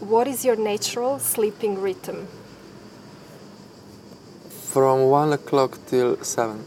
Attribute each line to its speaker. Speaker 1: What is your natural sleeping rhythm?
Speaker 2: From one o'clock till seven.